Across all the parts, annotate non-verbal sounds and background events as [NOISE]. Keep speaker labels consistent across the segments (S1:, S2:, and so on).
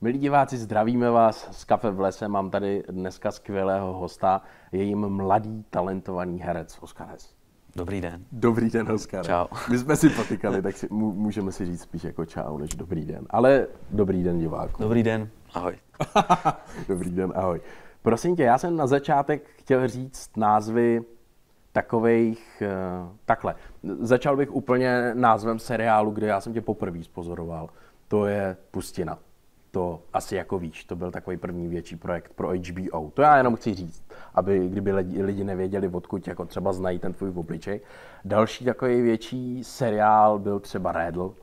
S1: Milí diváci, zdravíme vás z Kafe v lese. Mám tady dneska skvělého hosta. Je jim mladý, talentovaný herec Oskar Hes.
S2: Dobrý den.
S1: Dobrý den, Oskar.
S2: Čau.
S1: My jsme si potykali, tak si, mů- můžeme si říct spíš jako čau, než dobrý den. Ale dobrý den, diváku.
S2: Dobrý den. Ahoj.
S1: [LAUGHS] Dobrý den, ahoj. Prosím tě, já jsem na začátek chtěl říct názvy takových, eh, takhle. Začal bych úplně názvem seriálu, kde já jsem tě poprvé spozoroval. To je Pustina. To asi jako víš, to byl takový první větší projekt pro HBO. To já jenom chci říct, aby kdyby lidi, lidi nevěděli, odkud jako třeba znají ten tvůj obličej. Další takový větší seriál byl třeba Rédl,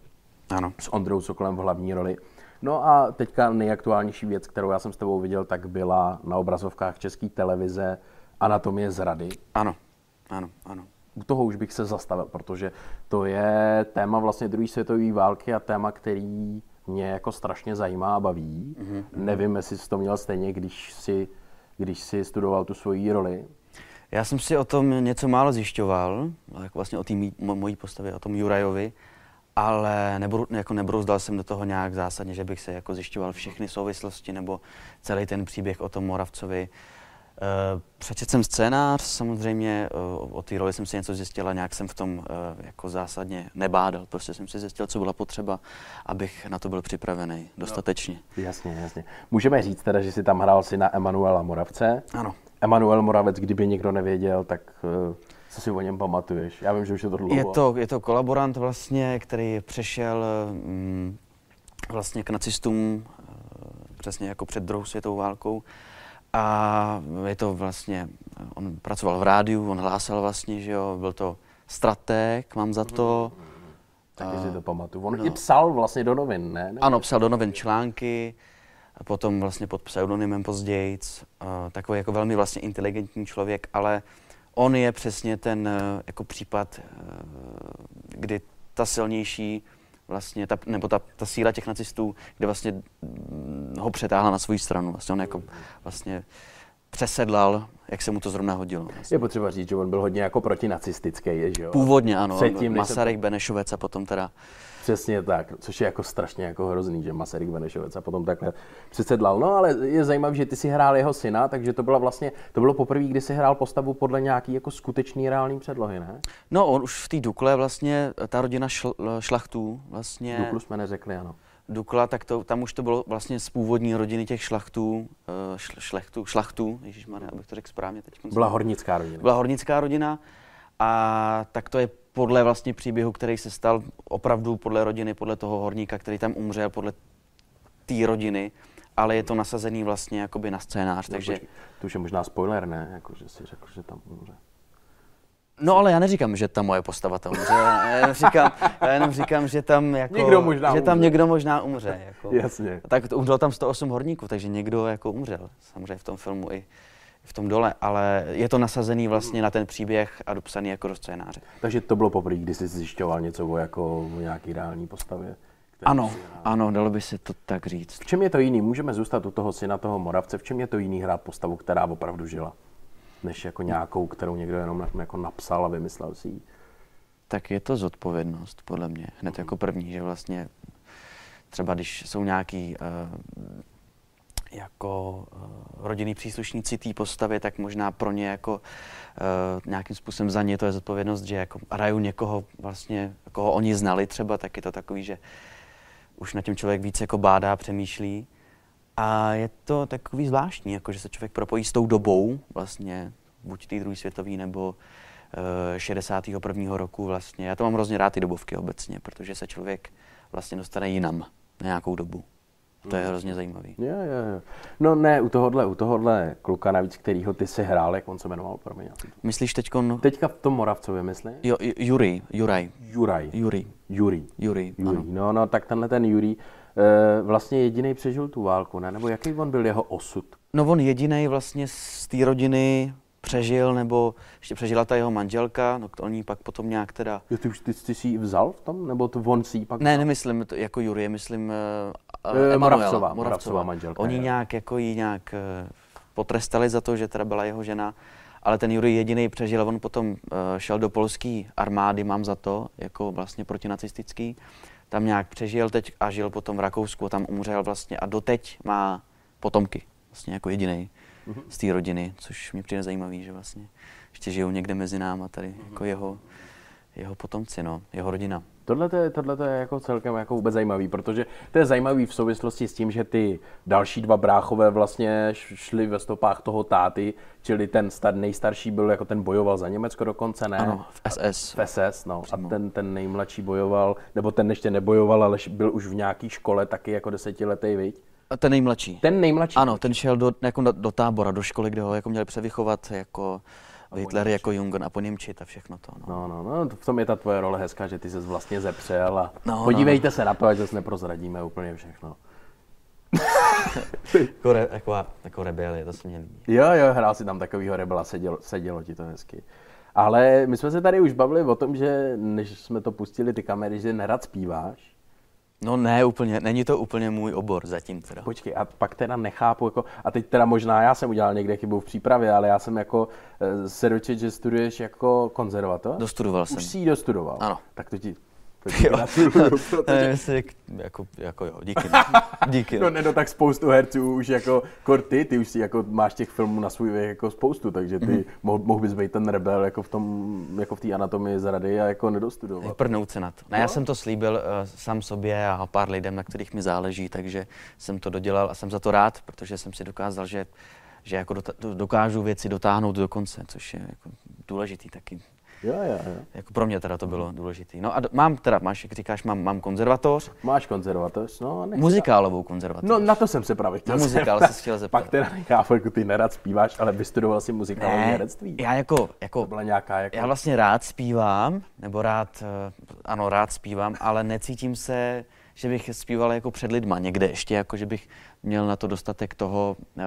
S2: Ano.
S1: s Ondrou Sokolem v hlavní roli. No a teďka nejaktuálnější věc, kterou já jsem s tebou viděl, tak byla na obrazovkách České televize Anatomie zrady.
S2: Ano. Ano, ano.
S1: U toho už bych se zastavil, protože to je téma vlastně druhé světové války a téma, který mě jako strašně zajímá a baví. Mm-hmm. Nevím, jestli jsi to měl stejně, když si když si studoval tu svoji roli.
S2: Já jsem si o tom něco málo zjišťoval, jako vlastně o té mý- mo- mojí postavě, o tom Jurajovi, ale nebru, jako nebrouzdal jsem do toho nějak zásadně, že bych se jako zjišťoval všechny souvislosti nebo celý ten příběh o tom Moravcovi. Eh, Přečetl jsem scénář, samozřejmě eh, o- o té roli jsem si něco zjistil a nějak jsem v tom eh, jako zásadně nebádal. Prostě jsem si zjistil, co byla potřeba, abych na to byl připravený dostatečně.
S1: Jasně, jasně. Můžeme říct teda, že jsi tam hrál syna Emanuela Moravce.
S2: Ano.
S1: Emanuel Moravec, kdyby někdo nevěděl, tak eh, co si o něm pamatuješ? Já vím, že už je to dlouho.
S2: Je to, je to kolaborant vlastně, který přešel mm, vlastně k nacistům eh, přesně jako před druhou světovou válkou. A je to vlastně, eh, on pracoval v rádiu, on hlásal vlastně, že jo, byl to strateg, mám za to.
S1: Taky si to pamatuju. On no. i psal vlastně do novin, ne? ne?
S2: Ano, psal do novin články, a potom vlastně pod pseudonymem později, takový jako velmi vlastně inteligentní člověk, ale on je přesně ten eh, jako případ, eh, kdy ta silnější vlastně, ta, nebo ta, ta síla těch nacistů, kde vlastně mm, ho přetáhla na svou stranu. Vlastně on jako vlastně přesedlal, jak se mu to zrovna hodilo. Vlastně.
S1: Je potřeba říct, že on byl hodně jako protinacistický, že jo?
S2: Původně ano,
S1: Předtím,
S2: Předtím,
S1: než se-
S2: Masaryk, Benešovec a potom teda
S1: Přesně tak, což je jako strašně jako hrozný, že Masaryk Benešovec a potom takhle přesedlal. No ale je zajímavé, že ty si hrál jeho syna, takže to bylo vlastně, to bylo poprvé, kdy si hrál postavu podle nějaký jako skutečný reální předlohy, ne?
S2: No, on už v té Dukle vlastně, eh, ta rodina šl, šlachtů vlastně,
S1: Duklu jsme neřekli, ano.
S2: Dukla, tak to, tam už to bylo vlastně z původní rodiny těch šlachtů, eh, šl, šlechtů, šlachtů, ježišmarja, abych to řekl správně teď.
S1: Byla hornická rodina.
S2: Byla hornická rodina a tak to je podle vlastně příběhu, který se stal opravdu podle rodiny, podle toho horníka, který tam umřel, podle té rodiny, ale je to nasazený vlastně jakoby na scénář, takže...
S1: Počkej, To už je možná spoiler, ne? Jako, že si řekl, že tam umře.
S2: No ale já neříkám, že ta moje postava tam umře, já jenom říkám, já jenom říkám že tam jako,
S1: Někdo možná
S2: že tam
S1: umře.
S2: někdo možná umře. Jako.
S1: Jasně.
S2: Tak to umřelo tam 108 horníků, takže někdo jako umřel, samozřejmě v tom filmu i v tom dole, ale je to nasazený vlastně na ten příběh a dopsaný jako do scénáře.
S1: Takže to bylo poprvé, kdy jsi zjišťoval něco o, jako, o nějaký reální postavě.
S2: Ano, ano, dalo by se to tak říct.
S1: V čem je to jiný? Můžeme zůstat u toho syna toho Moravce. V čem je to jiný hrát postavu, která opravdu žila? Než jako nějakou, kterou někdo jenom na- jako napsal a vymyslel si ji.
S2: Tak je to zodpovědnost, podle mě, hned jako první, že vlastně třeba když jsou nějaký eh, jako eh, rodinný příslušníci té postavy, tak možná pro ně jako eh, nějakým způsobem za ně to je zodpovědnost, že jako hrajou někoho vlastně, koho oni znali třeba, tak je to takový, že už na tím člověk víc jako bádá, přemýšlí. A je to takový zvláštní, jako že se člověk propojí s tou dobou vlastně, buď té druhé světové nebo eh, 61. roku vlastně. Já to mám hrozně rád ty dobovky obecně, protože se člověk vlastně dostane jinam na nějakou dobu. To je hrozně zajímavý.
S1: Jo, jo, jo. No ne, u tohohle, u tohohle kluka navíc, kterýho ty si hrál, jak on se jmenoval, promiň. já jsem-
S2: Myslíš teď
S1: Teďka v tom Moravcově, myslím?
S2: Jo, Ju- Juri, Juraj,
S1: Juraj.
S2: Juri,
S1: Jurij.
S2: Juri, ano.
S1: Jurij. No, no, tak tenhle ten Jurij eh, vlastně jediný přežil tu válku, ne? Nebo jaký on byl jeho osud?
S2: No on jediný vlastně z té rodiny přežil, nebo ještě přežila ta jeho manželka, no to oni pak potom nějak teda...
S1: Jo, ty už ty, ty si ji vzal v tom, nebo to on si ji pak
S2: Ne, nemyslím to jako Jurie, myslím uh,
S1: Eh,
S2: Emanuela,
S1: Moravcová, Moravcová manželka,
S2: Oni
S1: jo. Eh.
S2: nějak jako ji nějak eh, potrestali za to, že teda byla jeho žena, ale ten Jurij jediný přežil, on potom eh, šel do polské armády, mám za to, jako vlastně protinacistický. tam nějak přežil teď a žil potom v Rakousku a tam umřel vlastně a doteď má potomky, vlastně jako jediný
S1: Mhm.
S2: z té rodiny, což mě přijde zajímavý, že vlastně ještě žijou někde mezi náma tady
S1: Mhm.
S2: jako jeho, jeho potomci, no, jeho rodina.
S1: Tohle to je, tohle to je jako celkem jako vůbec zajímavý, protože to je zajímavý v souvislosti s tím, že ty další dva bráchové vlastně š- šli ve stopách toho táty, čili ten star, nejstarší byl jako ten bojoval za Německo dokonce, ne?
S2: Ano, v SS.
S1: V SS, no. A ten, ten nejmladší bojoval, nebo ten ještě nebojoval, ale š- byl už v nějaké škole taky jako desetiletý, viď?
S2: A ten nejmladší.
S1: Ten nejmladší.
S2: Ano, ten šel do, jako do, do tábora, do školy, kde ho jako měli převychovat jako Hitler, jako Jungen a po Němčit a všechno to.
S1: No,
S2: No.
S1: no, no, v tom je ta tvoje role hezká, že ty se vlastně zepřel a no,
S2: no.
S1: podívejte se na to, ať zase neprozradíme úplně všechno.
S2: Jako, re, jako, jako rebelie, to se mě líbí.
S1: Jo, jo, hrál si tam takovýho rebela, sedělo, sedělo ti to hezky. Ale my jsme se tady už bavili o tom, že než jsme to pustili ty kamery, že nerad zpíváš.
S2: No ne, úplně, není to úplně můj obor zatím teda.
S1: Počkej, a pak teda nechápu, jako, a teď teda možná já jsem udělal někde chybu v přípravě, ale já jsem jako eh, se dočet, že studuješ jako konzervatoř.
S2: Dostudoval jsem.
S1: Už
S2: [LAUGHS]
S1: si ji dostudoval.
S2: Ano.
S1: Tak to ti, to ti
S2: [LAUGHS]
S1: gratuluju, protože-
S2: Ne, jestli, jako, jako jo, [LAUGHS] díky. no. díky.
S1: No
S2: no.
S1: ne, no tak spoustu herců už jako kor ty, ty už si jako máš těch filmů na svůj věk jako spoustu, takže ty
S2: Mhm.
S1: mm-hmm. mohl, mohl bys být ten rebel jako v tom, jako v té anatomii zrady a jako nedostudovat.
S2: Vyprnout se na to. Ne, já jsem to slíbil uh, sám sobě a pár lidem, na kterých mi záleží, takže jsem to dodělal a jsem za to rád, protože jsem si dokázal, že, že jako dota- do- dokážu věci dotáhnout do konce, což je jako důležitý taky.
S1: Jo, jo, jo.
S2: Jako pro mě teda to bylo důležitý. No a d- mám teda, máš, jak říkáš, mám, mám konzervatoř,
S1: Máš konzervatoř, no a nech...
S2: muzikálovou konzervatoř.
S1: No na to jsem se právě chtěl
S2: Na muzikál
S1: zeptat.
S2: se chtěl zeptat.
S1: Pak teda nechápu, jako ty nerad zpíváš, ale vystudoval si muzikální
S2: ne,
S1: herectví.
S2: já jako, jako
S1: To byla nějaká jako...
S2: Já vlastně rád zpívám, nebo rád, eh, ano, rád zpívám, ale necítím se, že bych zpíval jako před lidma někde ještě, jako že bych měl na to dostatek toho, eh,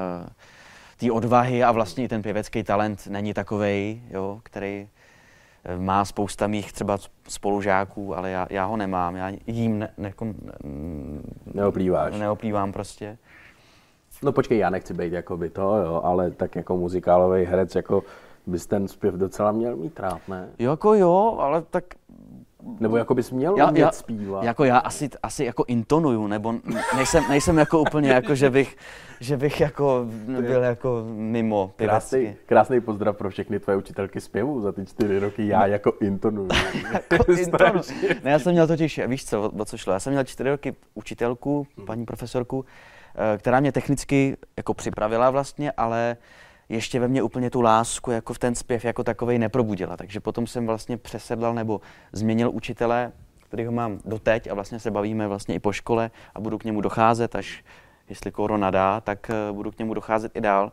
S2: té odvahy a vlastně i ten pěvecký talent není takovej, jo, který eh, má spousta mých třeba spolužáků, ale já, já ho nemám, já jím ne, jako ne,
S1: Neoplýváš.
S2: neoplývám prostě.
S1: No počkej, já nechci být jako by to, jo, ale tak jako muzikálový herec, jako bys ten zpěv docela měl mít rád, ne?
S2: Jo, jako jo, ale tak
S1: Nebo jako bys měl umět zpívat.
S2: Jako já asi, asi jako intonuju, nebo n- nejsem, nejsem jako úplně jako, že bych, že bych jako byl jako mimo
S1: Krásný,
S2: pěvecky.
S1: krásný pozdrav pro všechny tvoje učitelky zpěvu za ty čtyři roky. Já jako intonuju.
S2: No. [LAUGHS]
S1: [LAUGHS]
S2: Jako intonu- ne, já jsem měl totiž, víš co, o, o co šlo, já jsem měl čtyři roky učitelku, paní profesorku, eh, která mě technicky jako připravila vlastně, ale ještě ve mně úplně tu lásku jako v ten zpěv jako takovej neprobudila. Takže potom jsem vlastně přesedlal nebo změnil učitele, kterýho mám doteď a vlastně se bavíme vlastně i po škole a budu k němu docházet, až jestli korona dá, tak eh, budu k němu docházet i dál.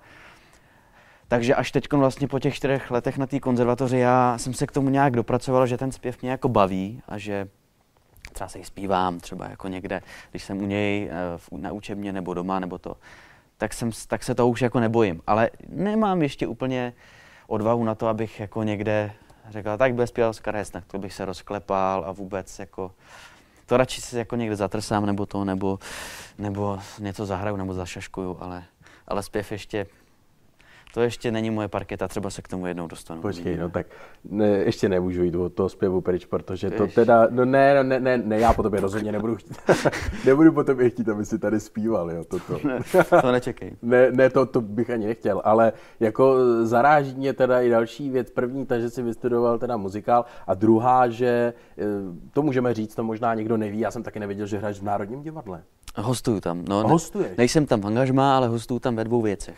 S2: Takže až teď vlastně po těch čtyřech letech na té konzervatoři já jsem se k tomu nějak dopracoval, že ten zpěv mě jako baví a že třeba se jí zpívám třeba jako někde, když jsem u něj eh, v- na učebně nebo doma nebo to, tak, jsem, s- tak se to už jako nebojím. Ale nemám ještě úplně odvahu na to, abych jako někde řekl, tak bude zpívat Oskar Hess, tak to bych se rozklepal a vůbec jako to radši si jako někde zatrsám nebo to, nebo, nebo něco zahraju nebo zašaškuju, ale, ale zpěv ještě to ještě není moje parketa, třeba se k tomu jednou dostanu.
S1: Počkej,
S2: Uvidíme.
S1: no tak ne, ještě nemůžu jít od toho zpěvu pryč, protože to
S2: Ježiš.
S1: teda, no ne, no ne, ne, ne, já po tobě rozhodně nebudu chtít, [LAUGHS] nebudu po tobě chtít, aby si tady zpíval, jo, toto. no. [LAUGHS]
S2: To nečekej.
S1: Ne, ne to, to bych ani nechtěl, ale jako zaráží mě teda i další věc. První, ta, že si vystudoval teda muzikál a druhá, že eh, to můžeme říct, to možná někdo neví, já jsem taky nevěděl, že hraješ v Národním divadle.
S2: Hostuju tam. No, ne-
S1: Hostuješ?
S2: Nejsem tam v angažmá, ale hostuju tam ve dvou věcech.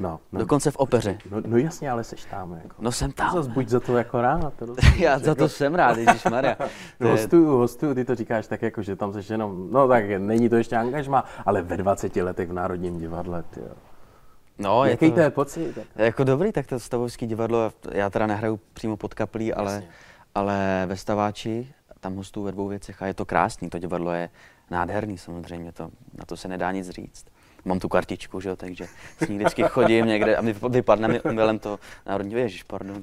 S1: No, no,
S2: Dokonce v opeře.
S1: no, no jasně, ale seš tam, jako.
S2: No jsem
S1: Zas jako-
S2: tam.
S1: buď za to jako rád. to
S2: [LAUGHS] Já za to jsem rád, Ježíš
S1: [LAUGHS]
S2: Maria.
S1: No, hostuju, hostuju, ty to říkáš tak jako, že tam seš jenom, no tak není to ještě angažma, ale ve 20 letech v Národním divadle, ty jo.
S2: No, je
S1: Jaký
S2: to,
S1: to je pocit? jako?
S2: Jako dobrý, tak to stavovský divadlo, já teda nehraju přímo pod kaplí, ale, ale ve Staváči, tam hostuju ve dvou věcech a je to krásný, to divadlo je nádherný samozřejmě, to, na to se nedá nic říct. Mám tu kartičku, že jo, takže s ní vždycky chodím někde a mi vyp- vypadne mi omylem to národní, ježiš, pardon.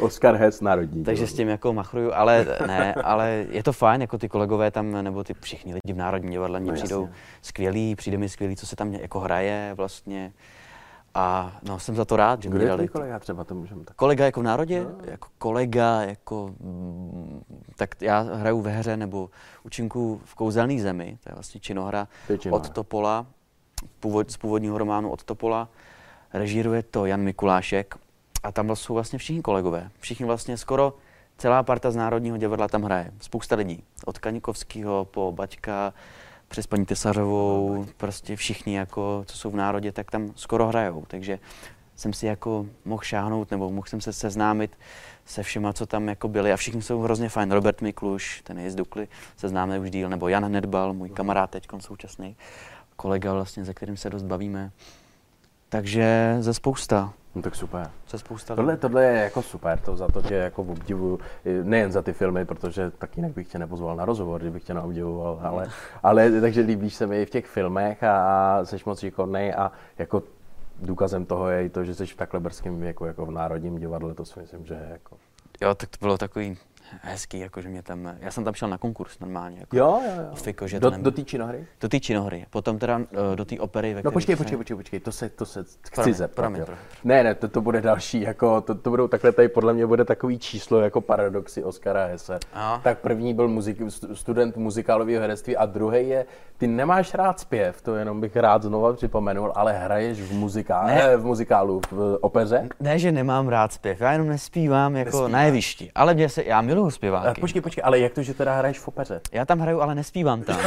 S1: Oskar Hess, Národní
S2: Takže s tím jako machruju, ale ne, ale je to fajn, jako ty kolegové tam, nebo ty všichni lidi v Národním divadle mě
S1: No
S2: no,
S1: jasně.
S2: přijdou skvělí, přijde mi skvělý, co se tam jako hraje vlastně. A no, jsem za to rád, že
S1: Kdo
S2: mi
S1: je tvůj
S2: dali. ty-
S1: kolega třeba, to můžeme tak.
S2: Kolega jako v národě, jako kolega, jako, mm, tak já hraju ve hře nebo učinku v kouzelný zemi, to je vlastně činohra
S1: To je činohra.
S2: od Topola, původ, z původního románu od Topola. Režíruje to Jan Mikulášek a tam jsou vlastně všichni kolegové. Všichni vlastně skoro celá parta z Národního divadla tam hraje. Spousta lidí. Od Kaňkovského po Baťka, přes paní Tesařovou, prostě všichni, jako, co jsou v národě, tak tam skoro hrajou. Takže jsem si jako mohl šáhnout, nebo mohl jsem se seznámit se všema, co tam jako byli. A všichni jsou hrozně fajn. Robert Mikluš, ten je z Dukly, se známe už díl, nebo Jan Nedbal, můj kamarád teď současný, kolega vlastně, se kterým se dost bavíme. Takže ze spousta.
S1: No tak super.
S2: Ze spousta.
S1: Tohle, tohle je jako super, to za to tě jako obdivuju, I nejen za ty filmy, protože tak jinak bych tě nepozval na rozhovor, kdybych tě neobdivoval, ale, ale takže líbíš se mi i v těch filmech a, a jsi moc šikovnej a jako důkazem toho je i to, že jsi v takhle brzkém věku, jako v Národním divadle, to si myslím, že je jako...
S2: Jo, tak to bylo takový hezký, jako že mě tam, já jsem tam šel na konkurs normálně. Jako.
S1: Jo, jo, jo.
S2: Fiko, že to
S1: do,
S2: nem-
S1: do té činohry?
S2: Do té činohry, potom teda eh, do té opery, ve
S1: No
S2: které
S1: počkej,
S2: se-
S1: počkej, počkej, počkej, to se, to se chci
S2: Promiň,
S1: zeptat.
S2: promiň,
S1: jo.
S2: promiň.
S1: Ne, ne, to, to bude další, jako, to, to budou takhle, tady podle mě bude takový číslo jako paradoxy Oscara Hesse.
S2: Ano.
S1: Tak první byl muzik, stu- student muzikálového herectví a druhý je, ty nemáš rád zpěv, to jenom bych rád znova připomenul, ale hraješ v, muziká,
S2: Ne.
S1: eh, v muzikálu, v opeře.
S2: Ne, že nemám rád zpěv, já jenom nespívám jako
S1: Nespíváš.
S2: na jevišti, ale mě se, já miluju
S1: A
S2: zpěváky.
S1: Eh, počkej, počkej, ale jak to, že teda hraješ v opeře?
S2: Já tam hraju, ale
S1: [LAUGHS]
S2: nespívám tam.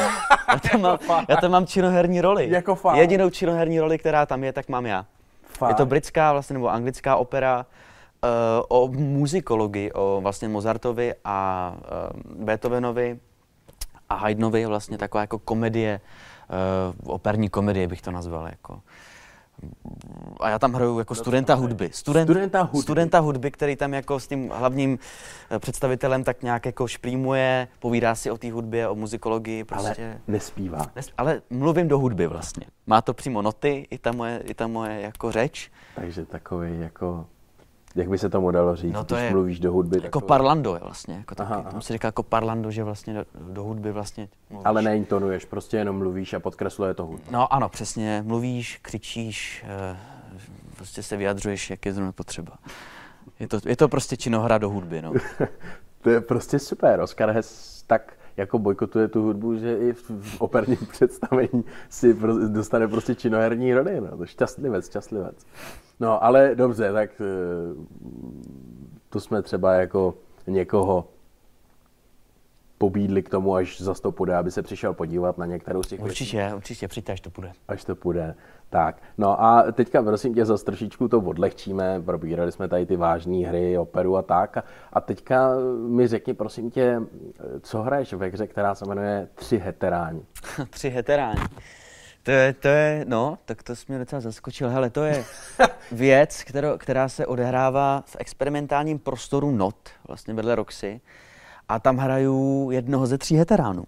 S2: Já tam mám, já tam mám činoherní roli.
S1: Jako fakt.
S2: Jedinou činoherní roli, která tam je, tak mám já.
S1: Fakt.
S2: Je to britská vlastně nebo anglická opera uh, o muzikologii, o vlastně Mozartovi a uh, Beethovenovi a Haydnovi, vlastně taková jako komedie, uh, operní komedie bych to nazval jako. A já tam hraju jako studenta hudby. Student,
S1: Studenta hudby.
S2: Studenta hudby, který tam jako s tím hlavním eh, představitelem tak nějak jako šprýmuje, povídá si o té hudbě, o muzikologii,
S1: Ale
S2: prostě.
S1: nespívá.
S2: Nes- Ale mluvím do hudby vlastně. Má to přímo noty, i ta moje, i ta moje jako řeč.
S1: Takže takový jako, jak by se tomu dalo říct,
S2: No to
S1: když
S2: je
S1: mluvíš do hudby.
S2: Jako
S1: takový-
S2: parlando je vlastně. Jako taky,
S1: Aha,
S2: aha,
S1: aha.
S2: Tomu se říká jako parlando, že vlastně do, do hudby vlastně mluvíš.
S1: Ale neintonuješ, prostě jenom mluvíš a podkresluje to hudba.
S2: No ano, přesně. Mluvíš, křičíš, eh, prostě se vyjadřuješ, jak je zrovna potřeba. Je to, je to prostě činohra do hudby, no.
S1: [LAUGHS] To je prostě super. Oscar Hess tak jako bojkotuje tu hudbu, že i v, v operním [LAUGHS] představení si pro, dostane prostě činoherní rody. No. To šťastlivec, šťastlivec. No, ale dobře, tak eh, to jsme třeba jako někoho pobídli k tomu, až za to půjde, aby se přišel podívat na některou z těch věcí.
S2: Určitě, určitě, přijďte, až to půjde.
S1: Až to půjde. Tak, no a teďka prosím tě, za trošičku to odlehčíme, probírali jsme tady ty vážné hry, operu a tak. A- A teďka mi řekni, prosím tě, co hraješ ve hře, která se jmenuje Tři heteráni.
S2: [LAUGHS] Tři heteráni. To je, to je, no, tak to jsi mě docela zaskočil. Hele,
S1: [LAUGHS]
S2: to je věc, kterou, která se odehrává v experimentálním prostoru NOT, vlastně vedle Roxy. A tam hraju jednoho ze tří heteránů.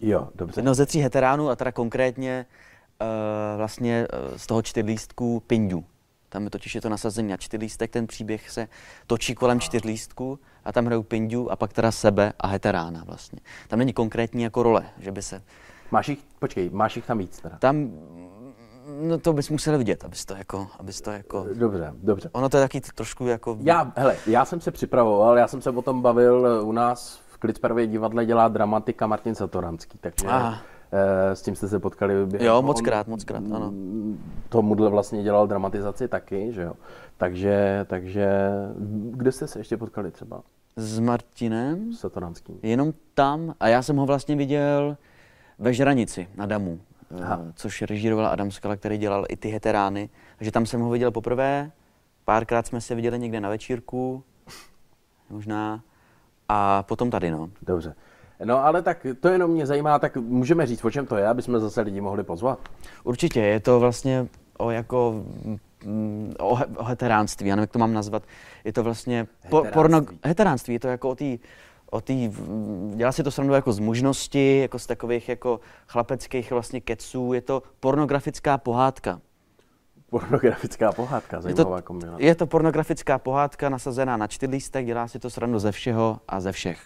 S1: Jo, dobře.
S2: Jednoho No, ze tří heteránů a teda konkrétně uh, vlastně uh, z toho čtyřlístku Pindu. Tam je totiž je to nasazení na čtyřlístek, ten příběh se točí kolem čtyřlístku a tam hrajou Pindu a pak teda sebe a heterána vlastně. Tam není konkrétní jako role, že by se
S1: Máš jich, počkej, máš jich tam víc teda.
S2: tam, no to bys musel vidět, abys to jako, abys to jako,
S1: Dobře, dobře.
S2: ono to je taky trošku jako,
S1: Já, hele, já jsem se připravoval, já jsem se o tom bavil u nás v Klitsperově divadle dělá dramatika Martin Satoranský, takže
S2: Aha.
S1: eh, s tím jste se potkali. během-
S2: jo,
S1: on-
S2: moc krát, moc krát, ano.
S1: tomuhle vlastně dělal dramatizaci taky, že jo. Takže, takže kde jste se ještě potkali třeba
S2: S Martinem,
S1: s Satoranským?
S2: jenom tam, a já jsem ho vlastně viděl ve Žranici na Damu, eh, což režírovala Adam Skala, který dělal i ty heterány, takže tam jsem ho viděl poprvé, párkrát jsme se viděli někde na večírku, možná, a potom tady, no.
S1: Dobře. No ale tak to jenom mě zajímá, tak můžeme říct, o čem to je, aby jsme zase lidi mohli pozvat.
S2: Určitě, je to vlastně o jako mm, o, he- o heteránství, já nevím, jak to mám nazvat. Je to vlastně po, porno,
S1: Heteránství.
S2: heteránství, je to jako o té o tý, mm, dělá si to srandu jako z mužnosti, jako z takových jako chlapeckých vlastně keců, je to pornografická pohádka.
S1: Pornografická pohádka,
S2: Je
S1: zajímavá jako
S2: to,
S1: kombinace.
S2: je to pornografická pohádka nasazená na čtyřlístek, dělá si to srandu ze všeho a ze všech.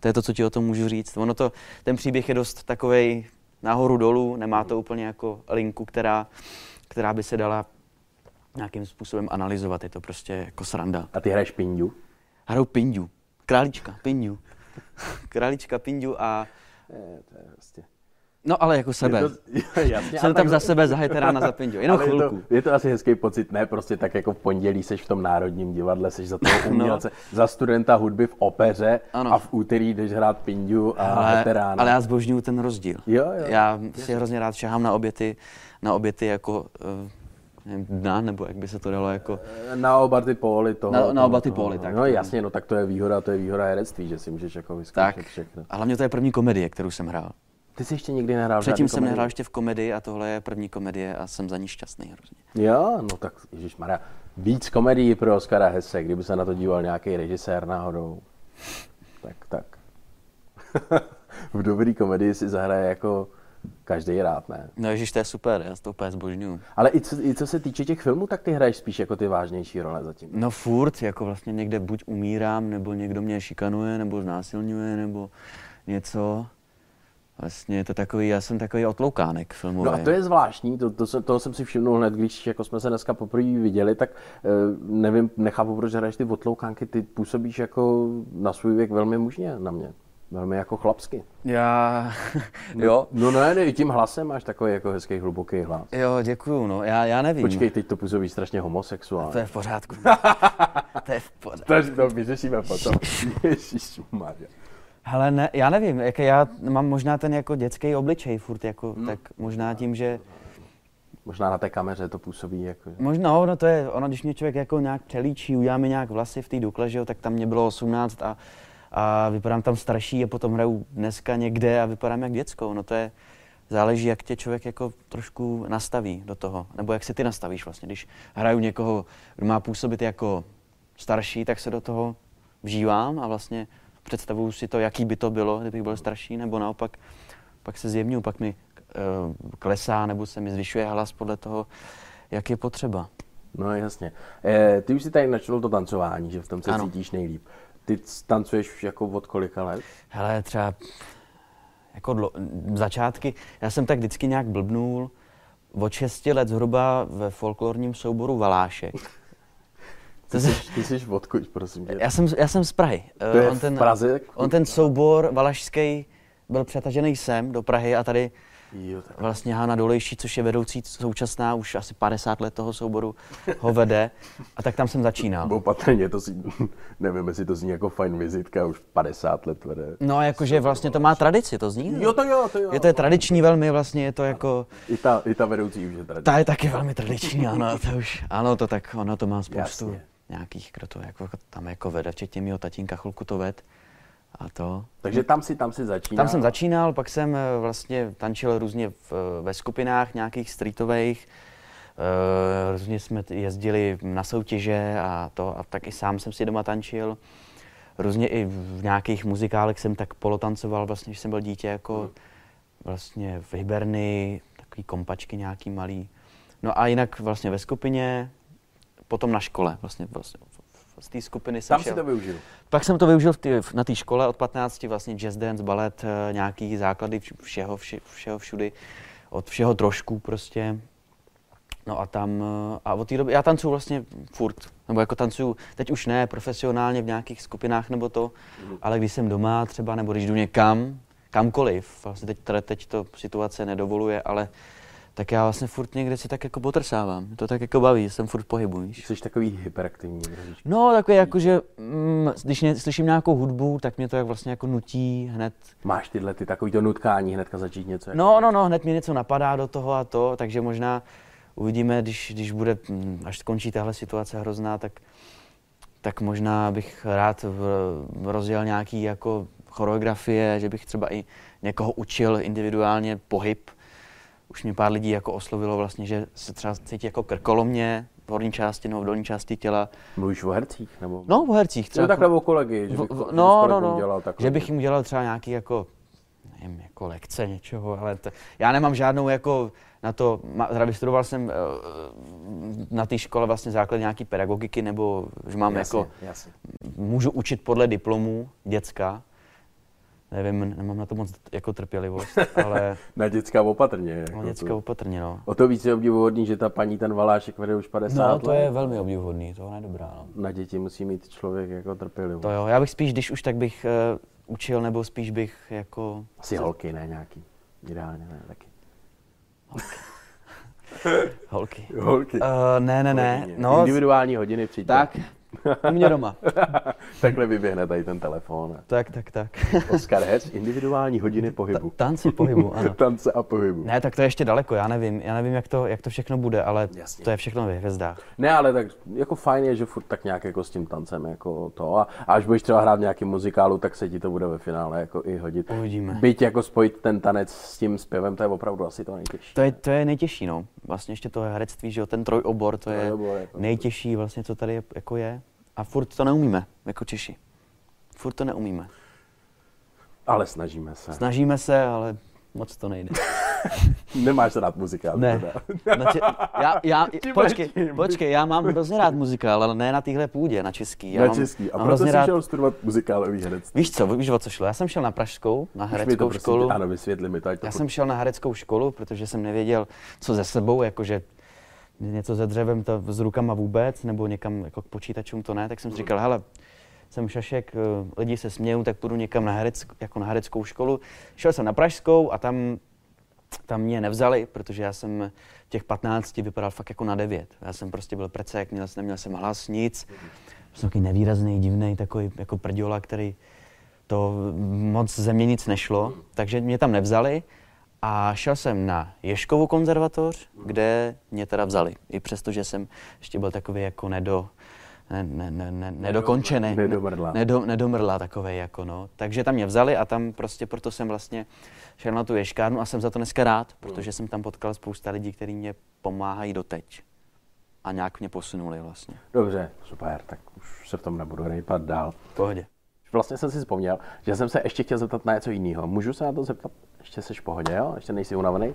S2: To je to, co ti o tom můžu říct. Ono to, ten příběh je dost takovej nahoru dolů, nemá to úplně jako linku, která, která by se dala nějakým způsobem analyzovat. Je to prostě jako sranda.
S1: A ty hraješ pindu?
S2: Hraju pindu. Králíčka, pindu. [LAUGHS] Králíčka, pindu a...
S1: Je, to je prostě...
S2: No ale jako sebe.
S1: Je to, [LAUGHS] jasně,
S2: Jsem
S1: ale
S2: tam
S1: tak-
S2: za sebe, za heterána, za pindu. Jenom
S1: [LAUGHS] ale je
S2: chvilku.
S1: to, je to asi hezký pocit, ne? Prostě tak jako v pondělí seš v tom Národním divadle, seš za
S2: [LAUGHS]
S1: toho umělce, no. za studenta hudby v opeře
S2: Ano.
S1: a v úterý jdeš hrát pindu a veterána.
S2: ale já zbožňuju ten rozdíl.
S1: Jo, jo.
S2: Já si hrozně rád šahám na oběty, na oběty jako eh, nevím, dna, nebo jak by se to dalo jako...
S1: Na oba ty póly toho.
S2: Na- na
S1: toho-
S2: oba ty
S1: toho,
S2: póly,
S1: no.
S2: tak.
S1: No jasně, no tak to je výhoda, to je výhoda herectví, že si můžeš jako vyzkoušet
S2: Tak.
S1: všechno.
S2: A hlavně to je první komedie, kterou jsem hrál.
S1: Ty jsi ještě nikdy nehrál
S2: Předtím
S1: žádný
S2: jsem
S1: komedii?
S2: nehrál ještě v komedii a tohle je první komedie a jsem za ní šťastný hrozně.
S1: Jo, no tak Ježíš Maria. Víc komedií pro Oskara Hesse, kdyby se na to díval nějaký režisér náhodou. Tak, tak. [LAUGHS] v dobrý komedii si zahraje jako každý rád, ne?
S2: No ježiš, to je super, já to úplně zbožňuju.
S1: Ale i co, i co se týče těch filmů, tak ty hraješ spíš jako ty vážnější role zatím.
S2: No furt, jako vlastně někde buď umírám, nebo někdo mě šikanuje, nebo znásilňuje, nebo něco. Vlastně je to takový, já jsem takový otloukánek filmový.
S1: No a to je zvláštní, to, to, se- toho jsem si všimnul hned, když jako jsme se dneska poprvé viděli, tak eh, nevím, nechápu, proč hraješ ty otloukánky, ty působíš jako na svůj věk velmi mužně na mě, velmi jako chlapsky.
S2: Já, jo,
S1: No ne, ne, i tím hlasem máš takový jako hezký hluboký hlas.
S2: jo, děkuju, no, já, já nevím. no.
S1: Počkej, teď to působí strašně homosexuálně. [LAUGHS]
S2: To je v pořádku. to je v
S1: to,
S2: pořádku.
S1: to vyřešíme potom. [LAUGHS] Ježišmarja.
S2: Hele, ne, já nevím, jak já mám možná ten jako dětský obličej furt, jako, hmm. tak možná tím, že...
S1: Možná na té kameře to působí jako... že-
S2: Možná, ono to je, ono, když mě člověk jako nějak přelíčí, udělá mi nějak vlasy v té dukle, že jo, tak tam mě bylo 18 a, a vypadám tam starší a potom hraju dneska někde a vypadám jak děcko. No to je, záleží, jak tě člověk jako trošku nastaví do toho, nebo jak se ty nastavíš vlastně. Když hraju někoho, kdo má působit jako starší, tak se do toho vžívám a vlastně představuju si to, jaký by to bylo, kdybych byl starší, nebo naopak pak se zjemňuju, pak mi eh, klesá nebo se mi zvyšuje hlas podle toho, jak je potřeba.
S1: No jasně. E, ty už si tady načnul to tancování, že v tom se ano.
S2: Ano.
S1: cítíš nejlíp. Ty c- tancuješ už jako od kolika let?
S2: Hele, třeba jako dlo, začátky, já jsem tak vždycky nějak blbnul, od 6 let zhruba ve folklorním souboru Valášek.
S1: Ty jsi, ty jsi odkud, prosím tě?
S2: Já jsem, já jsem z Prahy.
S1: To
S2: Eh,
S1: je v Praze?
S2: On ten soubor valašský byl přetažený sem do Prahy a tady
S1: Jo, tak.
S2: vlastně Hana Dolejší, což je vedoucí současná, už asi 50 let toho souboru, ho vede. A tak tam jsem začínal.
S1: Bo patrně to si, [LAUGHS] nevím, jestli to zní jako fajn vizitka, už 50 let vede.
S2: No, jakože vlastně to má tradici, to zní. no.
S1: Jo, to jo, to jo.
S2: Mm. Je to je tradiční velmi, vlastně je to jako...
S1: I ta, i ta vedoucí už je tady.
S2: Ta je taky velmi tradiční, ano, to už, ano, to tak, ono to má spoustu
S1: Jasně.
S2: Jasně. nějakých, kdo to jako, tam jako vede, včetně mýho tatínka chvilku to ved a to.
S1: Takže tam si, tam si začíná.
S2: Tam jsem začínal, pak jsem eh, vlastně tančil různě v, eh, ve skupinách nějakých streetových, eh, různě jsme t- jezdili na soutěže a to, a tak i sám jsem si doma tančil. Různě i v nějakých muzikálech jsem tak polotancoval, vlastně, když jsem byl dítě,
S1: Hmm.
S2: jako vlastně v Hiberny, takový kompačky nějaký malý. No a jinak vlastně ve skupině, potom na škole, vlastně, vlastně v- v- z té skupiny jsem
S1: Tam si
S2: šel.
S1: to využil.
S2: Pak jsem to využil v tý, na té škole od 15, vlastně jazz dance, balet, eh, nějaký základy vš- všeho, vše, všeho všudy, od všeho trošku prostě. No a tam, eh, a od té doby, já tancuju vlastně furt, nebo jako tancuju, teď už ne profesionálně v nějakých skupinách nebo to, ale když jsem doma třeba, nebo když jdu někam, kamkoliv, vlastně teď, teda teď to situace nedovoluje, ale tak já vlastně furt někde si tak jako potrsávám, Mě to tak jako baví, jsem furt v pohybu, víš.
S1: Jsi takový hyperaktivní. trošičku.
S2: No, takový jako, že mm, když ně, slyším nějakou hudbu, tak mě to jak vlastně jako nutí hned.
S1: Máš tyhle ty takový to nutkání hnedka začít něco. jako-
S2: No, no, no, hned mi něco napadá do toho a to, takže možná uvidíme, když, když bude, mm, až skončí tahle situace hrozná, tak, tak možná bych rád v, rozjel nějaký jako choreografie, že bych třeba i někoho učil individuálně pohyb. Už mě pár lidí jako oslovilo vlastně, že se třeba cítí jako krkolomně v horní části nebo v dolní části těla.
S1: Mluvíš o hercích? Nebo...
S2: No, v hercích třeba.
S1: Třeba takhle o kolegy, že
S2: V-
S1: bych,
S2: v-
S1: no,
S2: no,
S1: že
S2: no,
S1: no,
S2: no,
S1: dělal takhle.
S2: že bych jim udělal třeba nějaký jako, nevím, jako lekce něčeho, ale t- já nemám žádnou jako na to, ma- teda vystudoval jsem eh, na té škole vlastně základ nějaký pedagogiky, nebo že mám
S1: jasně,
S2: jako,
S1: jasně.
S2: můžu učit podle diplomů děcka, nevím, nemám na to moc
S1: [LAUGHS]
S2: jako trpělivost, ale
S1: Na dětská opatrně. Jako
S2: ale děcka
S1: to.
S2: opatrně, no.
S1: O to víc je obdivuhodný, že ta paní ten valášek vede už 50
S3: No, to
S1: let.
S3: je velmi obdivuhodný, to je dobrá. No.
S1: Na děti musí mít člověk jako trpělivost.
S2: To jo, já bych spíš, když už tak bych uh, učil, nebo spíš bych jako...
S1: Asi holky, ne nějaký. Ideálně ne, taky.
S2: Holky.
S1: Holky.
S2: Uh, ne, ne, ne, no,
S1: Individuální hodiny přijďte.
S2: tak, u mě doma.
S1: Takhle vyběhne tady ten telefon.
S2: Tak, tak, tak.
S1: Oskar Hec, individuální hodiny
S2: Ta,
S1: pohybu. [LAUGHS]
S2: tanci pohybu, ano.
S1: Tance a pohybu.
S2: Ne, tak to je ještě daleko, já nevím, já nevím, jak to, jak to všechno bude, ale
S1: Jasně.
S2: to je všechno ve hvězdách.
S1: Ne, ale tak jako fajn je, že furt tak nějak jako s tím tancem jako to a, a až budeš třeba hrát v nějakém muzikálu, tak se ti to bude ve finále jako i hodit.
S2: Uvidíme.
S1: Byť jako spojit ten tanec s tím zpěvem, to je opravdu asi to nejtěžší.
S2: To je, to je nejtěžší, no. Vlastně ještě to herectví, že jo, ten trojobor, to je
S1: Trojobor je to.
S2: nejtěžší vlastně, co tady je, jako je. A furt to neumíme, jako Češi. Furt to neumíme.
S1: Ale snažíme se.
S2: Snažíme se, ale moc
S1: [LAUGHS]
S2: to nejde.
S1: Nemáš rád muzikál.
S2: Ne.
S1: Teda.
S2: Na če- já, já,
S1: Tímhle [LAUGHS]
S2: počkej,
S1: tím.
S2: počkej, já mám hrozně rád muzikál, ale ne na téhle půdě, na český. Já
S1: Na
S2: mám,
S1: český. A proto
S2: mám hrozně
S1: jsi
S2: rád...
S1: šel studovat muzikálový herectví.
S2: Víš co, víš o co šlo? Já jsem šel na pražskou, na
S1: Už mi to
S2: hereckou
S1: prosím
S2: školu.
S1: tě- Ano, vysvětli mi to, ať to
S2: Já
S1: furt-
S2: jsem šel na hereckou školu, protože jsem nevěděl, co ze sebou, jakože něco ze dřevem, to s rukama vůbec, nebo někam jako k počítačům to ne, tak
S1: Hmm.
S2: jsem si říkal, hele, jsem šašek, eh, lidi se smějou, tak půjdu někam na, herec, jako na hereckou školu. Šel jsem na pražskou a tam, tam mě nevzali, protože já jsem v těch 15 vypadal fakt jako na 9. Já jsem prostě byl precek, měl, neměl jsem hlas, nic. Jsem takový nevýrazný, divný, takový jako prděla, který to moc ze mě nic nešlo, takže mě tam nevzali a šel jsem na Ješkovu konzervatoř, kde mě teda vzali. I přesto, že jsem ještě byl takový jako nedo, ne, ne, ne, ne, nedokončený.
S1: Nedomrdlá.
S2: Nedo, nedomrdlá takový jako no. Takže tam mě vzali a tam prostě proto jsem vlastně šel na tu ješkárnu a jsem za to dneska rád, protože jsem tam potkal spousta lidí, kteří mě pomáhají doteď. A nějak mě posunuli vlastně.
S1: Dobře, super, tak už se v tom nebudu rejpat dál.
S2: V pohodě.
S1: Vlastně jsem si vzpomněl, že jsem se ještě chtěl zeptat na něco jiného. Můžu se na to zeptat? Ještě jsi v pohodě, jo? Ještě nejsi unavený?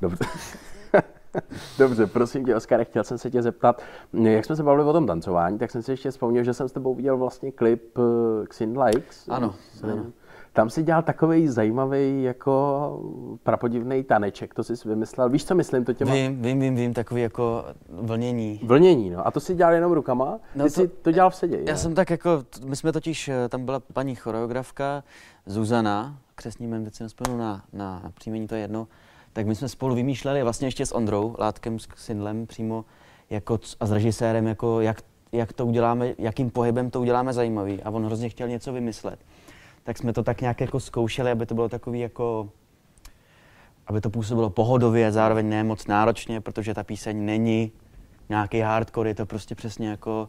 S1: Dobře. [LAUGHS] Dobře, prosím tě, Oskare, chtěl jsem se tě zeptat, jak jsme se bavili o tom tancování, tak jsem si ještě vzpomněl, že jsem s tebou viděl vlastně klip eh, k Sindla X.
S2: Ano,
S1: S- Tam si dělal takový zajímavý, jako prapodivný taneček, to jsi vymyslel. Víš, co myslím, to těma
S2: Vím, vím, vím, vím, takový jako vlnění.
S1: vlnění, no. A to si dělal jenom rukama? Ty no
S2: No
S1: to,
S2: to-
S1: si to dělal v sedě,
S2: Já jsem tak jako, t- my jsme totiž, eh, tam byla paní choreografka Zuzana, křesní jmen, teď si nespomenu na, na, na příjmení, to je jedno, tak my jsme spolu vymýšleli vlastně ještě s Ondrou, Látkem, s Sindlem přímo, jako, c- a s režisérem, jako, jak, jak to uděláme, jakým pohybem to uděláme zajímavý. A on hrozně chtěl něco vymyslet. Tak jsme to tak nějak jako zkoušeli, aby to bylo takový jako aby to působilo pohodově, zároveň ne moc náročně, protože ta píseň není nějaký hardcore, je to prostě přesně jako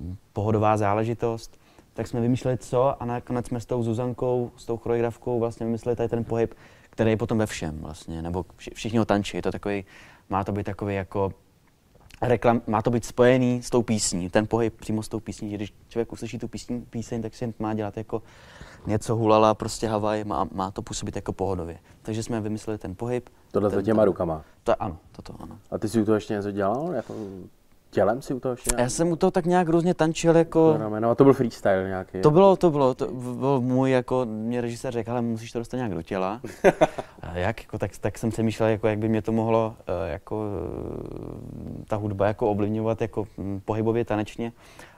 S2: uh, pohodová záležitost. Tak jsme vymýšleli co a nakonec jsme s tou Zuzankou, s tou choreografkou vlastně vymysleli tady ten pohyb, který je potom ve všem vlastně, nebo vši- všichni ho tančí, je to takový, má to být takový jako reklam, má to být spojený s tou písní, ten pohyb přímo s tou písní, že když člověk uslyší tu písní, píseň, tak si má dělat jako něco hulala, prostě Havaj, má, má to působit jako pohodově. Takže jsme vymysleli ten pohyb.
S1: Tohle
S2: ten,
S1: to těma rukama.
S2: To, ano, toto ano.
S1: A ty si u toho ještě něco dělal? Jako tělem si u toho ještě
S2: Já
S1: nějak
S2: jsem u toho tak nějak různě tančil, jako...
S1: rameno? A to byl freestyle nějaký.
S2: To bylo, to bylo, to byl můj, jako, mě režisér řekl, ale musíš to dostat nějak do těla.
S1: [LAUGHS]
S2: A jak, jako, tak, tak jsem se myšlel, jako, jak by mě to mohlo, eh, jako, eh, ta hudba, jako, ovlivňovat, jako, mm, pohybově, tanečně.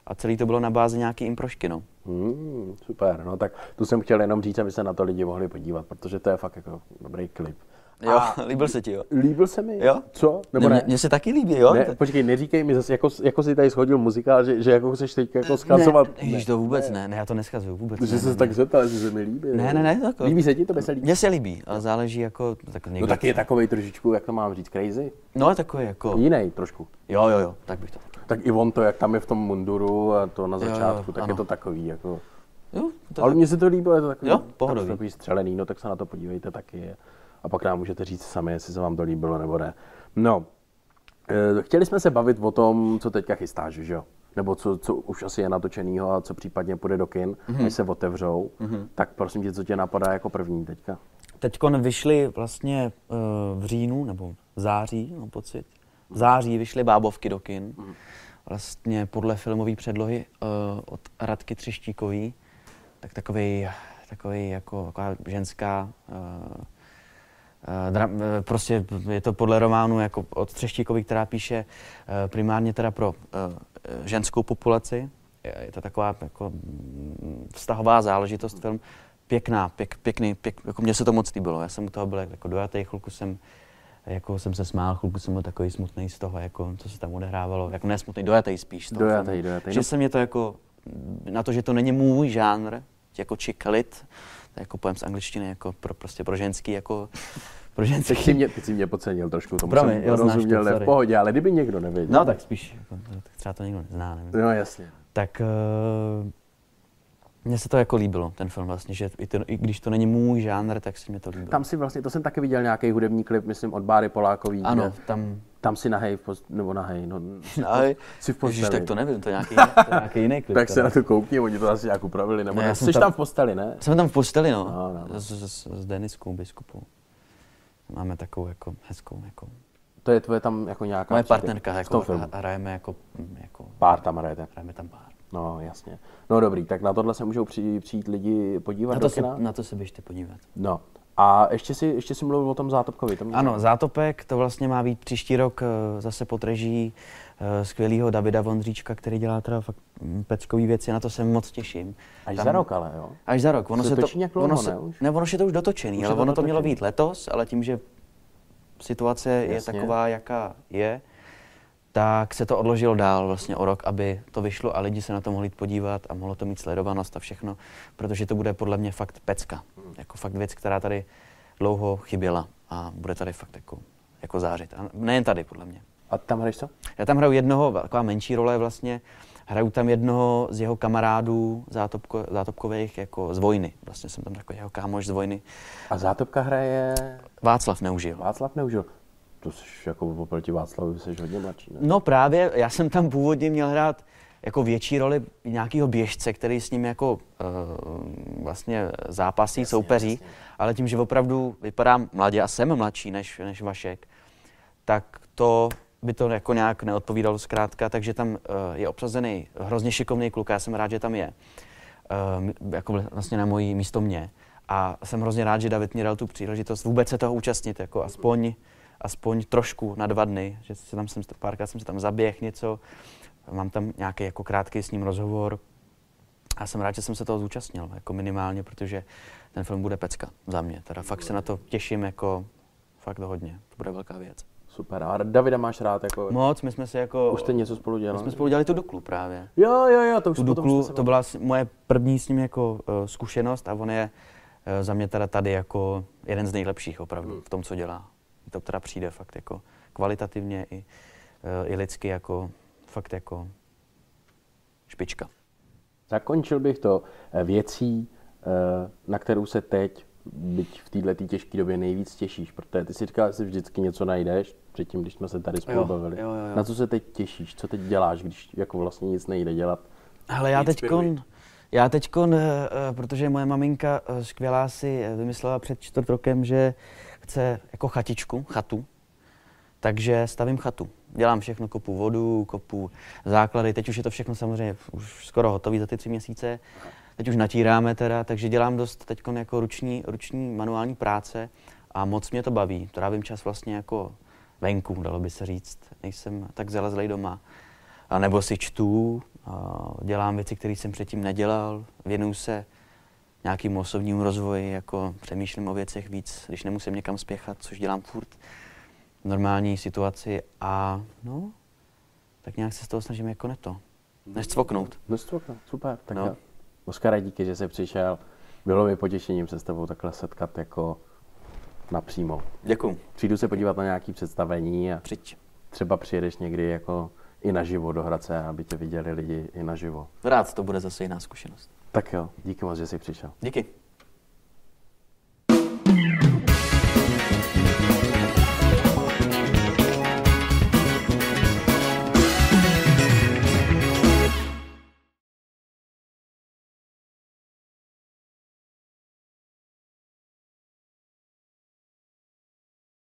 S2: A celý to bylo na bázi nějaký improšky, no.
S1: Hmm, super, no tak tu jsem chtěl jenom říct, aby se na to lidi mohli podívat, protože to je fakt jako dobrý klip.
S2: Jo, [LAUGHS] líbil se ti, jo?
S1: Líbil se mi?
S2: Jo?
S1: Co? Nebo ne?
S2: Mně se taky líbí, jo?
S1: ne? Počkej, neříkej mi zase, jako, jako jsi tady shodil muzikál, že, že jako chceš teď jako zkazovat.
S2: Ne, ježiš, to vůbec ne. ne, já to neschazuju vůbec.
S1: Že
S2: ne,
S1: jsi
S2: ne,
S1: se
S2: ne.
S1: tak zeptal, jestli se mi líbí.
S2: Ne, ne, ne, tak-
S1: Líbí se ti to, by se líbí?
S2: Mně se líbí, ale záleží jako... Tak někdo,
S1: No tak je takovej trošičku, jak to mám říct, crazy?
S2: No je takový jako...
S1: Jiný trošku.
S2: Jo, jo, jo, tak bych to taky.
S1: Tak i on to, jak tam je v tom munduru a to na
S2: Jo, jo,
S1: začátku, tak je
S2: ano.
S1: to takový jako...
S2: Jo, to
S1: Ale mně se to líbilo, je to takový,
S2: Jo,
S1: takový,
S2: pohodový.
S1: takový střelený, no tak se na to podívejte taky. A pak nám můžete říct sami, jestli se vám to líbilo nebo ne. No, eh, chtěli jsme se bavit o tom, co teďka chystáš, že jo? Nebo co, co už asi je natočenýho a co případně půjde do kin,
S2: Mhm.
S1: mm-hmm. až se otevřou. Mm-hmm. Tak prosím tě, co tě napadá jako první teďka?
S2: Teď vyšly vlastně eh, v říjnu, nebo v září, mám pocit. V září vyšly bábovky do kin. Vlastně podle filmové předlohy eh, od Radky Třeštíkový. Tak takový takový jako taková ženská, uh, uh, dra, uh, prostě je to podle románu jako od Třeštíkový, která píše uh, primárně teda pro uh, uh, ženskou populaci. Je je to taková jako mm, vztahová záležitost, film pěkná, pěk, pěkný, pěk, jako mně se to moc líbilo. Já jsem u toho byl jako dojatý, chvilku jsem jako jsem se smál, chvilku jsem byl takový smutný z toho, jako, co se tam odehrávalo. Jako nesmutný, dojatý spíš. z toho
S1: Dojatý,
S2: filmu.
S1: dojatý.
S2: Že
S1: No,
S2: se mě to jako, na to, že to není můj žánr, jako čiklit, to je jako pojem z angličtiny, jako pro, prostě pro ženský, jako pro
S1: Teď si [LAUGHS]
S2: ženský.
S1: mě, teď si mě podcenil trošku, tomu
S2: Promiň,
S1: jsem
S2: jo, znáš to,
S1: rozuměl, ne, v
S2: sorry.
S1: pohodě, ale kdyby někdo nevěděl.
S2: No tak spíš, jako, tak třeba to nikdo nezná, nevím.
S1: No jasně.
S2: Tak eh, mně se to jako líbilo, ten film vlastně, že i, ten, i když to není můj žánr, tak se mě to líbilo.
S1: Tam si vlastně, to jsem taky viděl nějaký hudební klip, myslím, od Báry Polákový.
S2: ano,
S1: kde-
S2: tam.
S1: Tam si nahej, v post, nebo nahej,
S2: [LAUGHS]
S1: no,
S2: Ale,
S1: si v
S2: Ježíš,
S1: posteli.
S2: tak to nevím, to
S1: [LAUGHS]
S2: je nějaký, to je nějaký jiný klip.
S1: tak se
S2: teda.
S1: na to koukni, oni to asi nějak upravili, nebo
S2: Ne,
S1: ne,
S2: já
S1: ne.
S2: jsem
S1: Jsi tam...
S2: tam-
S1: v posteli, ne?
S2: Jsem tam v posteli, no,
S1: No, no, no.
S2: S, s, s Deniskou biskupou. Máme takovou jako hezkou, jako
S1: To je tvoje tam jako nějaká...
S2: moje
S1: přítě-
S2: partnerka,
S1: V tom
S2: jako
S1: filmu.
S2: a- a hrajeme jako, jako
S1: Pár tam hrajete.
S2: hrajeme tam pár.
S1: No, jasně. No dobrý, tak na tohle se můžou přijít, přijít lidi podívat
S2: Na
S1: do
S2: to, se,
S1: kina.
S2: na to se běžte podívat.
S1: No. A ještě si, ještě si mluvil o tom zátopkovi. To mě-
S2: Ano, Zátopek, to vlastně má být příští rok eh, zase pod režií eh, skvělého Davida Vondříčka, který dělá teda fakt mm, peckový věci, na to se moc těším.
S1: Až
S2: Tam-
S1: za rok ale, jo?
S2: No. Až za rok. Ono
S1: Se
S2: se,
S1: točí nějak
S2: to,
S1: dlouho,
S2: ono se,
S1: ne, už?
S2: ne, ono je to už dotočený,
S1: Už
S2: už
S1: je
S2: ale
S1: to
S2: ono to mělo
S1: dotočený.
S2: být letos, ale tím, že situace je
S1: Jasně.
S2: taková, jaká je, tak se to odložilo dál vlastně o rok, aby to vyšlo a lidi se na to mohli jít podívat a mohlo to mít sledovanost a všechno, protože to bude podle mě fakt pecka.
S1: Hmm.
S2: Jako fakt věc, která tady dlouho chyběla a bude tady fakt jako, jako zářit. A nejen tady, podle mě.
S1: A tam hraješ co?
S2: Já tam hraju jednoho, taková menší role vlastně, hraju tam jednoho z jeho kamarádů zátopko, zátopkových jako z vojny. Vlastně jsem tam takový jeho kámoš z vojny.
S1: A zátopka hraje
S2: Václav neužil.
S1: Václav Neužil. To jsi jako oproti Václavovi jsi hodně mladší, ne?
S2: No právě, já jsem tam původně měl hrát jako větší roli nějakého běžce, který s ním jako uh, vlastně zápasí, jasně, soupeří, jasně. ale tím, že opravdu vypadám mladě a jsem mladší než, než Vašek, tak to by to jako nějak neodpovídalo zkrátka, takže tam uh, je obsazený hrozně šikovný kluk, já jsem rád, že tam je, uh, jako vl- vlastně na mojí místo mě. A jsem hrozně rád, že David mě dal tu příležitost vůbec se toho účastnit, jako aspoň, aspoň trošku na dva dny, že se tam jsem, párkrát jsem se tam zaběh něco, mám tam nějaký jako krátký s ním rozhovor a jsem rád, že jsem se toho zúčastnil, jako minimálně, protože ten film bude pecka za mě, teda fakt se na to těším jako fakt hodně, to bude velká věc.
S1: Super. A Davida máš rád jako...
S2: Moc, my jsme se jako...
S1: Už jste něco spolu
S2: my
S1: dělali?
S2: jsme spolu dělali tu Duklu právě.
S1: Jo, jo, jo, to už
S2: Tu
S1: potom
S2: Duklu,
S1: jste se
S2: to byla s- moje první s ním jako uh, zkušenost a on je uh, za mě teda tady jako jeden z nejlepších opravdu v tom, co dělá. Mně To teda přijde fakt jako kvalitativně i, uh, i lidsky jako fakt jako špička.
S1: Zakončil bych to eh, věcí, eh, na kterou se teď, byť v této těžké době, nejvíc těšíš. Protože ty si říkal, že si vždycky něco najdeš, předtím, když jsme se tady spolu
S2: Jo,
S1: bavili.
S2: jo, jo, jo.
S1: Na co se teď těšíš? Co teď děláš, když jako vlastně nic nejde dělat?
S2: Ale já
S1: Inspiruj.
S2: teďkon, já teďkon, eh, eh, protože moje maminka eh, skvělá si eh, vymyslela před čtvrt rokem, že chce jako chatičku, chatu, takže stavím chatu. Dělám všechno, kopu vodu, kopu základy, teď už je to všechno samozřejmě už skoro hotové za ty tři měsíce. Teď už natíráme teda, takže dělám dost teď jako ruční, ruční manuální práce a moc mě to baví. Trávím čas vlastně jako venku, dalo by se říct. Nejsem tak zalezlej doma. A nebo si čtu, a dělám věci, které jsem předtím nedělal, věnuju se nějakým osobnímu rozvoji, jako přemýšlím o věcech víc, když nemusím někam spěchat, což dělám furt v normální situaci a no, tak nějak se z toho snažím jako neto, než cvoknout.
S1: No, stvokno, super. Tak
S2: No.
S1: no. Oskara, díky, že jsi přišel. Bylo mi potěšením se s tebou takhle setkat jako napřímo.
S2: Děkuju.
S1: Přijdu se podívat na nějaké představení a
S2: Přijď.
S1: třeba přijedeš někdy jako i naživo do Hradce, aby tě viděli lidi i naživo.
S2: Rád to bude zase jiná zkušenost.
S1: Tak jo, díky moc, že jsi přišel.
S2: Díky.